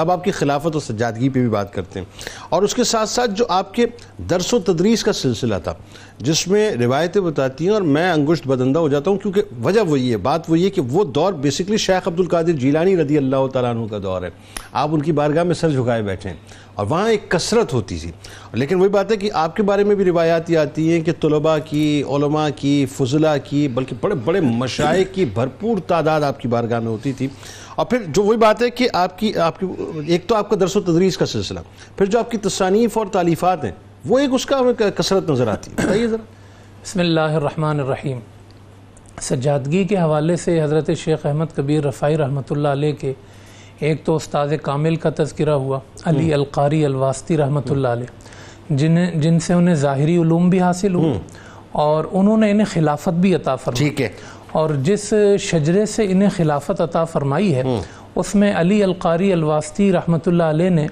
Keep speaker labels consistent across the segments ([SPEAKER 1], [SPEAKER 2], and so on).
[SPEAKER 1] اب آپ کی خلافت اور سجادگی پہ بھی بات کرتے ہیں اور اس کے ساتھ ساتھ جو آپ کے درس و تدریس کا سلسلہ تھا جس میں روایتیں بتاتی ہیں اور میں انگشت بدندہ ہو جاتا ہوں کیونکہ وجہ وہی ہے بات وہی ہے کہ وہ دور بیسکلی شیخ عبد القادر جیلانی رضی اللہ تعالیٰ عنہ کا دور ہے آپ ان کی بارگاہ میں سر جھکائے بیٹھے ہیں اور وہاں ایک کثرت ہوتی تھی لیکن وہی بات ہے کہ آپ کے بارے میں بھی روایات یہ آتی ہیں کہ طلباء کی علماء کی فضلہ کی بلکہ بڑے بڑے مشائق کی بھرپور تعداد آپ کی بارگاہ میں ہوتی تھی اور پھر جو وہی بات ہے کہ آپ کی آپ کی ایک تو آپ کا درس و تدریس کا سلسلہ پھر جو آپ کی تصانیف اور تالیفات ہیں وہ ایک اس کا ہمیں کثرت نظر آتی ہے بتائیے ذرا
[SPEAKER 2] بسم اللہ الرحمن الرحیم سجادگی کے حوالے سے حضرت شیخ احمد کبیر رفائی رحمۃ اللہ علیہ کے ایک تو استاد کامل کا تذکرہ ہوا علی القاری الواسطی رحمۃ اللہ علیہ جنہیں جن سے انہیں ظاہری علوم بھی حاصل ہوئے اور انہوں نے انہیں خلافت بھی عطا فرمائی
[SPEAKER 1] ٹھیک ہے
[SPEAKER 2] اور جس شجرے سے انہیں خلافت عطا فرمائی ہے اس میں علی القاری الواسطی رحمۃ اللہ علیہ نے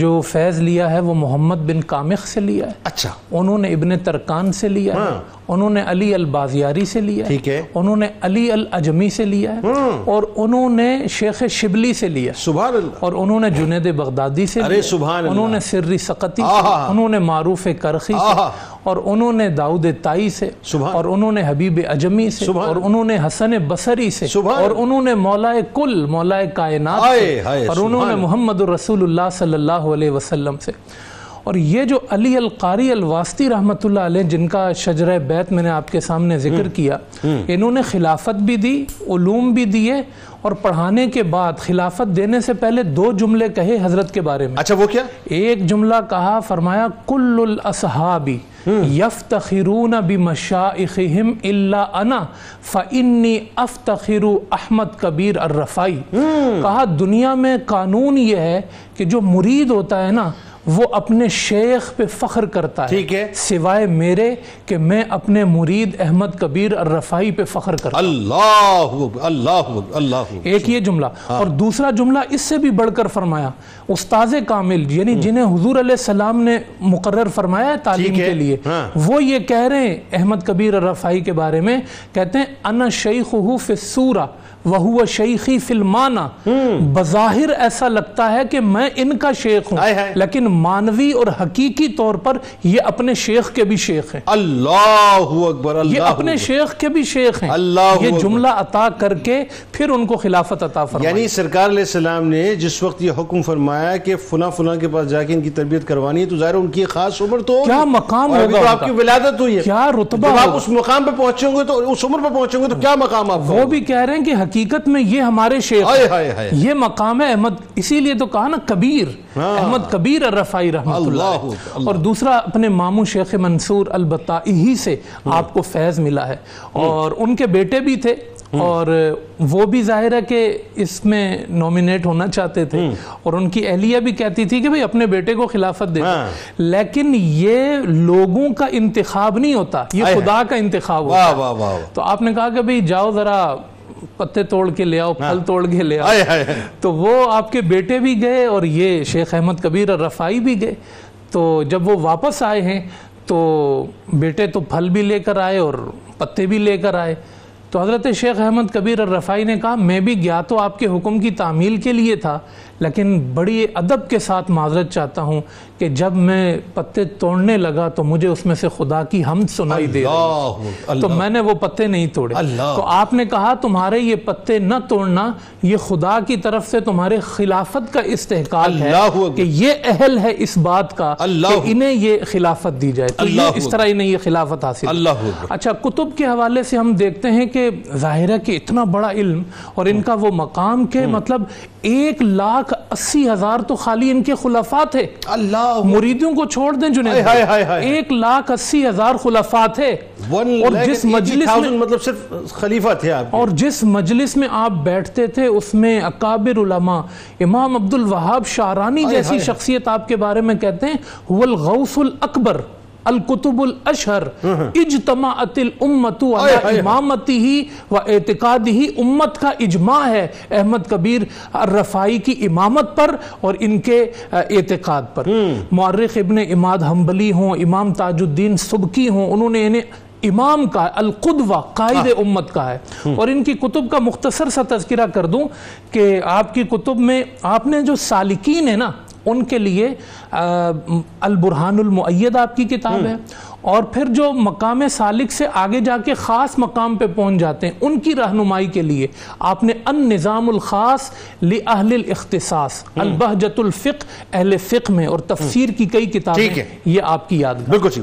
[SPEAKER 2] جو فیض لیا ہے وہ محمد بن کامخ سے لیا ہے
[SPEAKER 1] اچھا
[SPEAKER 2] انہوں نے ابن ترکان سے لیا ہے انہوں نے علی البازیاری سے لیا ہے
[SPEAKER 1] ہاں۔ ٹھیک ہے ہاں۔
[SPEAKER 2] انہوں نے علی الاجمی سے لیا ہے اور انہوں نے شیخ شبلی سے لیا ہے
[SPEAKER 1] سبحان اللہ
[SPEAKER 2] اور انہوں نے جنید بغدادی سے
[SPEAKER 1] ارے
[SPEAKER 2] لیا ہے،
[SPEAKER 1] سبحان اللہ۔
[SPEAKER 2] انہوں نے سری سقطی سے
[SPEAKER 1] آہا۔
[SPEAKER 2] انہوں نے معروف کرخی سے
[SPEAKER 1] آہا۔
[SPEAKER 2] اور انہوں نے داؤد تائی سے
[SPEAKER 1] سبحان
[SPEAKER 2] اور انہوں نے حبیب اجمی سے
[SPEAKER 1] سبحان
[SPEAKER 2] اور انہوں نے حسن بصری سے
[SPEAKER 1] سبحان
[SPEAKER 2] اور انہوں نے مولا کل مولا کائنات
[SPEAKER 1] آئے، آئے،
[SPEAKER 2] سے اور انہوں نے
[SPEAKER 1] سبحان
[SPEAKER 2] محمد الرسول اللہ صلی اللہ علیہ وسلم سے اور یہ جو علی القاری الواسطی رحمۃ اللہ علیہ جن کا شجرہ بیت میں نے آپ کے سامنے ذکر کیا انہوں نے خلافت بھی دی علوم بھی دیے اور پڑھانے کے بعد خلافت دینے سے پہلے دو جملے کہے حضرت کے بارے میں
[SPEAKER 1] اچھا وہ کیا
[SPEAKER 2] ایک جملہ کہا فرمایا کل الاصحابی یفتخرون بمشائخہم الا انا فانی افتخر احمد کبیر الرفائی کہا دنیا میں قانون یہ ہے کہ جو مرید ہوتا ہے نا وہ اپنے شیخ پہ فخر کرتا ہے
[SPEAKER 1] ٹھیک ہے۔
[SPEAKER 2] سوائے میرے کہ میں اپنے مرید احمد کبیر الرفائی پہ فخر کرتا ہوں۔
[SPEAKER 1] اللہ اکبر، اللہ اکبر، اللہ اکبر۔
[SPEAKER 2] ایک یہ جملہ
[SPEAKER 1] ہاں۔
[SPEAKER 2] اور دوسرا جملہ اس سے بھی بڑھ کر فرمایا استاذ کامل یعنی جنہیں حضور علیہ السلام نے مقرر فرمایا ہے تعلیم
[SPEAKER 1] ٹھیک ہے،
[SPEAKER 2] کے لیے
[SPEAKER 1] ہاں۔
[SPEAKER 2] وہ یہ کہہ رہے ہیں احمد کبیر الرفائی کے بارے میں کہتے ہیں انا شیخ فی السورہ وہو شیخی فی المانا بظاہر ایسا لگتا ہے کہ میں ان کا شیخ ہوں
[SPEAKER 1] ہائے ہائے۔
[SPEAKER 2] لیکن مانوی اور حقیقی طور پر یہ اپنے شیخ کے بھی شیخ ہیں
[SPEAKER 1] اللہ اکبر
[SPEAKER 2] یہ
[SPEAKER 1] اللہ
[SPEAKER 2] اپنے
[SPEAKER 1] اکبر۔
[SPEAKER 2] شیخ کے بھی شیخ ہیں
[SPEAKER 1] اللہ
[SPEAKER 2] یہ
[SPEAKER 1] اکبر۔
[SPEAKER 2] جملہ عطا کر کے پھر ان کو خلافت عطا فرمائی
[SPEAKER 1] یعنی سرکار علیہ السلام نے جس وقت یہ حکم فرمایا کہ فلاں فلاں کے پاس جا کے ان کی تربیت کروانی ہے تو ظاہر ہے ان کی ایک خاص عمر تو ہوگی۔
[SPEAKER 2] کیا مقام
[SPEAKER 1] اور ابھی
[SPEAKER 2] ہوگا
[SPEAKER 1] تو
[SPEAKER 2] ان
[SPEAKER 1] آپ
[SPEAKER 2] کا؟
[SPEAKER 1] کی ولادت ہوئی ہے
[SPEAKER 2] کیا رتبہ
[SPEAKER 1] جب آپ
[SPEAKER 2] ہوگا؟
[SPEAKER 1] اس مقام پہ پہنچیں گے تو اس عمر پہ پہنچیں گے تو کیا مقام آپ
[SPEAKER 2] وہ بھی کہہ رہے ہیں کہ حقیقت میں یہ ہمارے شیخ
[SPEAKER 1] ہائے
[SPEAKER 2] ہیں۔
[SPEAKER 1] ہائے ہائے
[SPEAKER 2] یہ مقام ہے احمد اسی لیے تو کہا نا کبیر احمد کبیر الرفائی رحمت
[SPEAKER 1] ہاں۔ اللہ
[SPEAKER 2] اللہ علیہ۔ اور دوسرا اپنے ماموں شیخ منصور البتائی سے آپ کو فیض ملا ہے
[SPEAKER 1] ہاں۔
[SPEAKER 2] اور ان کے بیٹے بھی تھے اور وہ بھی ظاہر ہے کہ اس میں نومینیٹ ہونا چاہتے تھے
[SPEAKER 1] ہاں۔
[SPEAKER 2] اور ان کی اہلیہ بھی کہتی تھی کہ بھئی اپنے بیٹے کو خلافت دے
[SPEAKER 1] ہاں۔
[SPEAKER 2] دو لیکن یہ لوگوں کا انتخاب نہیں ہوتا یہ خدا کا انتخاب ہوتا
[SPEAKER 1] واہ
[SPEAKER 2] ہے
[SPEAKER 1] واہ واہ واہ
[SPEAKER 2] تو آپ نے کہا کہ بھئی جاؤ ذرا پتے توڑ کے لے آؤ پھل توڑ کے لے آؤ
[SPEAKER 1] ہائے ہائے ہائے
[SPEAKER 2] تو وہ آپ کے بیٹے بھی گئے اور یہ شیخ احمد کبیر اور رفائی بھی گئے تو جب وہ واپس آئے ہیں تو بیٹے تو پھل بھی لے کر آئے اور پتے بھی لے کر آئے تو حضرت شیخ احمد کبیر اور رفائی نے کہا میں بھی گیا تو آپ کے حکم کی تعمیل کے لیے تھا لیکن بڑی ادب کے ساتھ معذرت چاہتا ہوں کہ جب میں پتے توڑنے لگا تو مجھے اس میں سے خدا کی حمد سنائی دے رہی
[SPEAKER 1] اللہ اللہ
[SPEAKER 2] تو میں نے وہ پتے نہیں توڑے
[SPEAKER 1] اللہ
[SPEAKER 2] تو آپ نے کہا تمہارے یہ پتے نہ توڑنا یہ خدا کی طرف سے تمہارے خلافت کا استحقاق ہے
[SPEAKER 1] اللہ اکبر۔
[SPEAKER 2] کہ یہ اہل ہے اس بات کا
[SPEAKER 1] اللہ
[SPEAKER 2] کہ انہیں یہ خلافت دی جائے تو
[SPEAKER 1] اللہ
[SPEAKER 2] یہ اس طرح انہیں یہ خلافت حاصل ہوئی۔
[SPEAKER 1] اللہ اکبر۔
[SPEAKER 2] اچھا کتب کے حوالے سے ہم دیکھتے ہیں کہ ظاہرہ کہ اتنا بڑا علم اور ان کا وہ مقام کہ مطلب ایک لاکھ اسی ہزار تو خالی ان کے خلفاء تھے
[SPEAKER 1] اللہ
[SPEAKER 2] مریدوں کو چھوڑ دیں
[SPEAKER 1] ہائے
[SPEAKER 2] جنید
[SPEAKER 1] ہائے ہائے ہائے۔
[SPEAKER 2] بھائی۔ ایک لاکھ اسی ہزار خلفاء تھے
[SPEAKER 1] ون
[SPEAKER 2] اور جس مجلس میں
[SPEAKER 1] مطلب صرف خلیفہ تھے آپ
[SPEAKER 2] اور جس مجلس میں آپ بیٹھتے تھے اس میں اکابر علماء امام عبد الوہاب شارانی جیسی
[SPEAKER 1] ہائے۔
[SPEAKER 2] شخصیت آپ کے بارے میں کہتے ہیں هو الغوث الاکبر القتب الاشہر
[SPEAKER 1] ہاں،
[SPEAKER 2] اجتماعت الامت
[SPEAKER 1] ہائے، ہائے۔
[SPEAKER 2] علی امامتی ہی و اعتقادی ہی امت کا اجماع ہے احمد کبیر الرفائی کی امامت پر اور ان کے آ، اعتقاد پر مورخ ابن اماد حنبلی ہوں امام تاج الدین سبکی ہوں انہوں نے انہیں امام کا ہے القدوہ قائد امت کا ہے اور ان کی کتب کا مختصر سا تذکرہ کر دوں کہ آپ کی کتب میں آپ نے جو سالکین ہیں نا ان کے لیے آ، البرہان المعید آپ کی کتاب ہے اور پھر جو مقام سالک سے آگے جا کے خاص مقام پہ پہنچ جاتے ہیں ان کی رہنمائی کے لیے آپ نے ان نظام الخاص لأہل الاختصاص البہجت الفق اہل فقہ میں اور تفسیر کی کئی کتابیں
[SPEAKER 1] ٹھیک ہے۔
[SPEAKER 2] یہ آپ کی یادگار
[SPEAKER 1] بالکل ٹھیک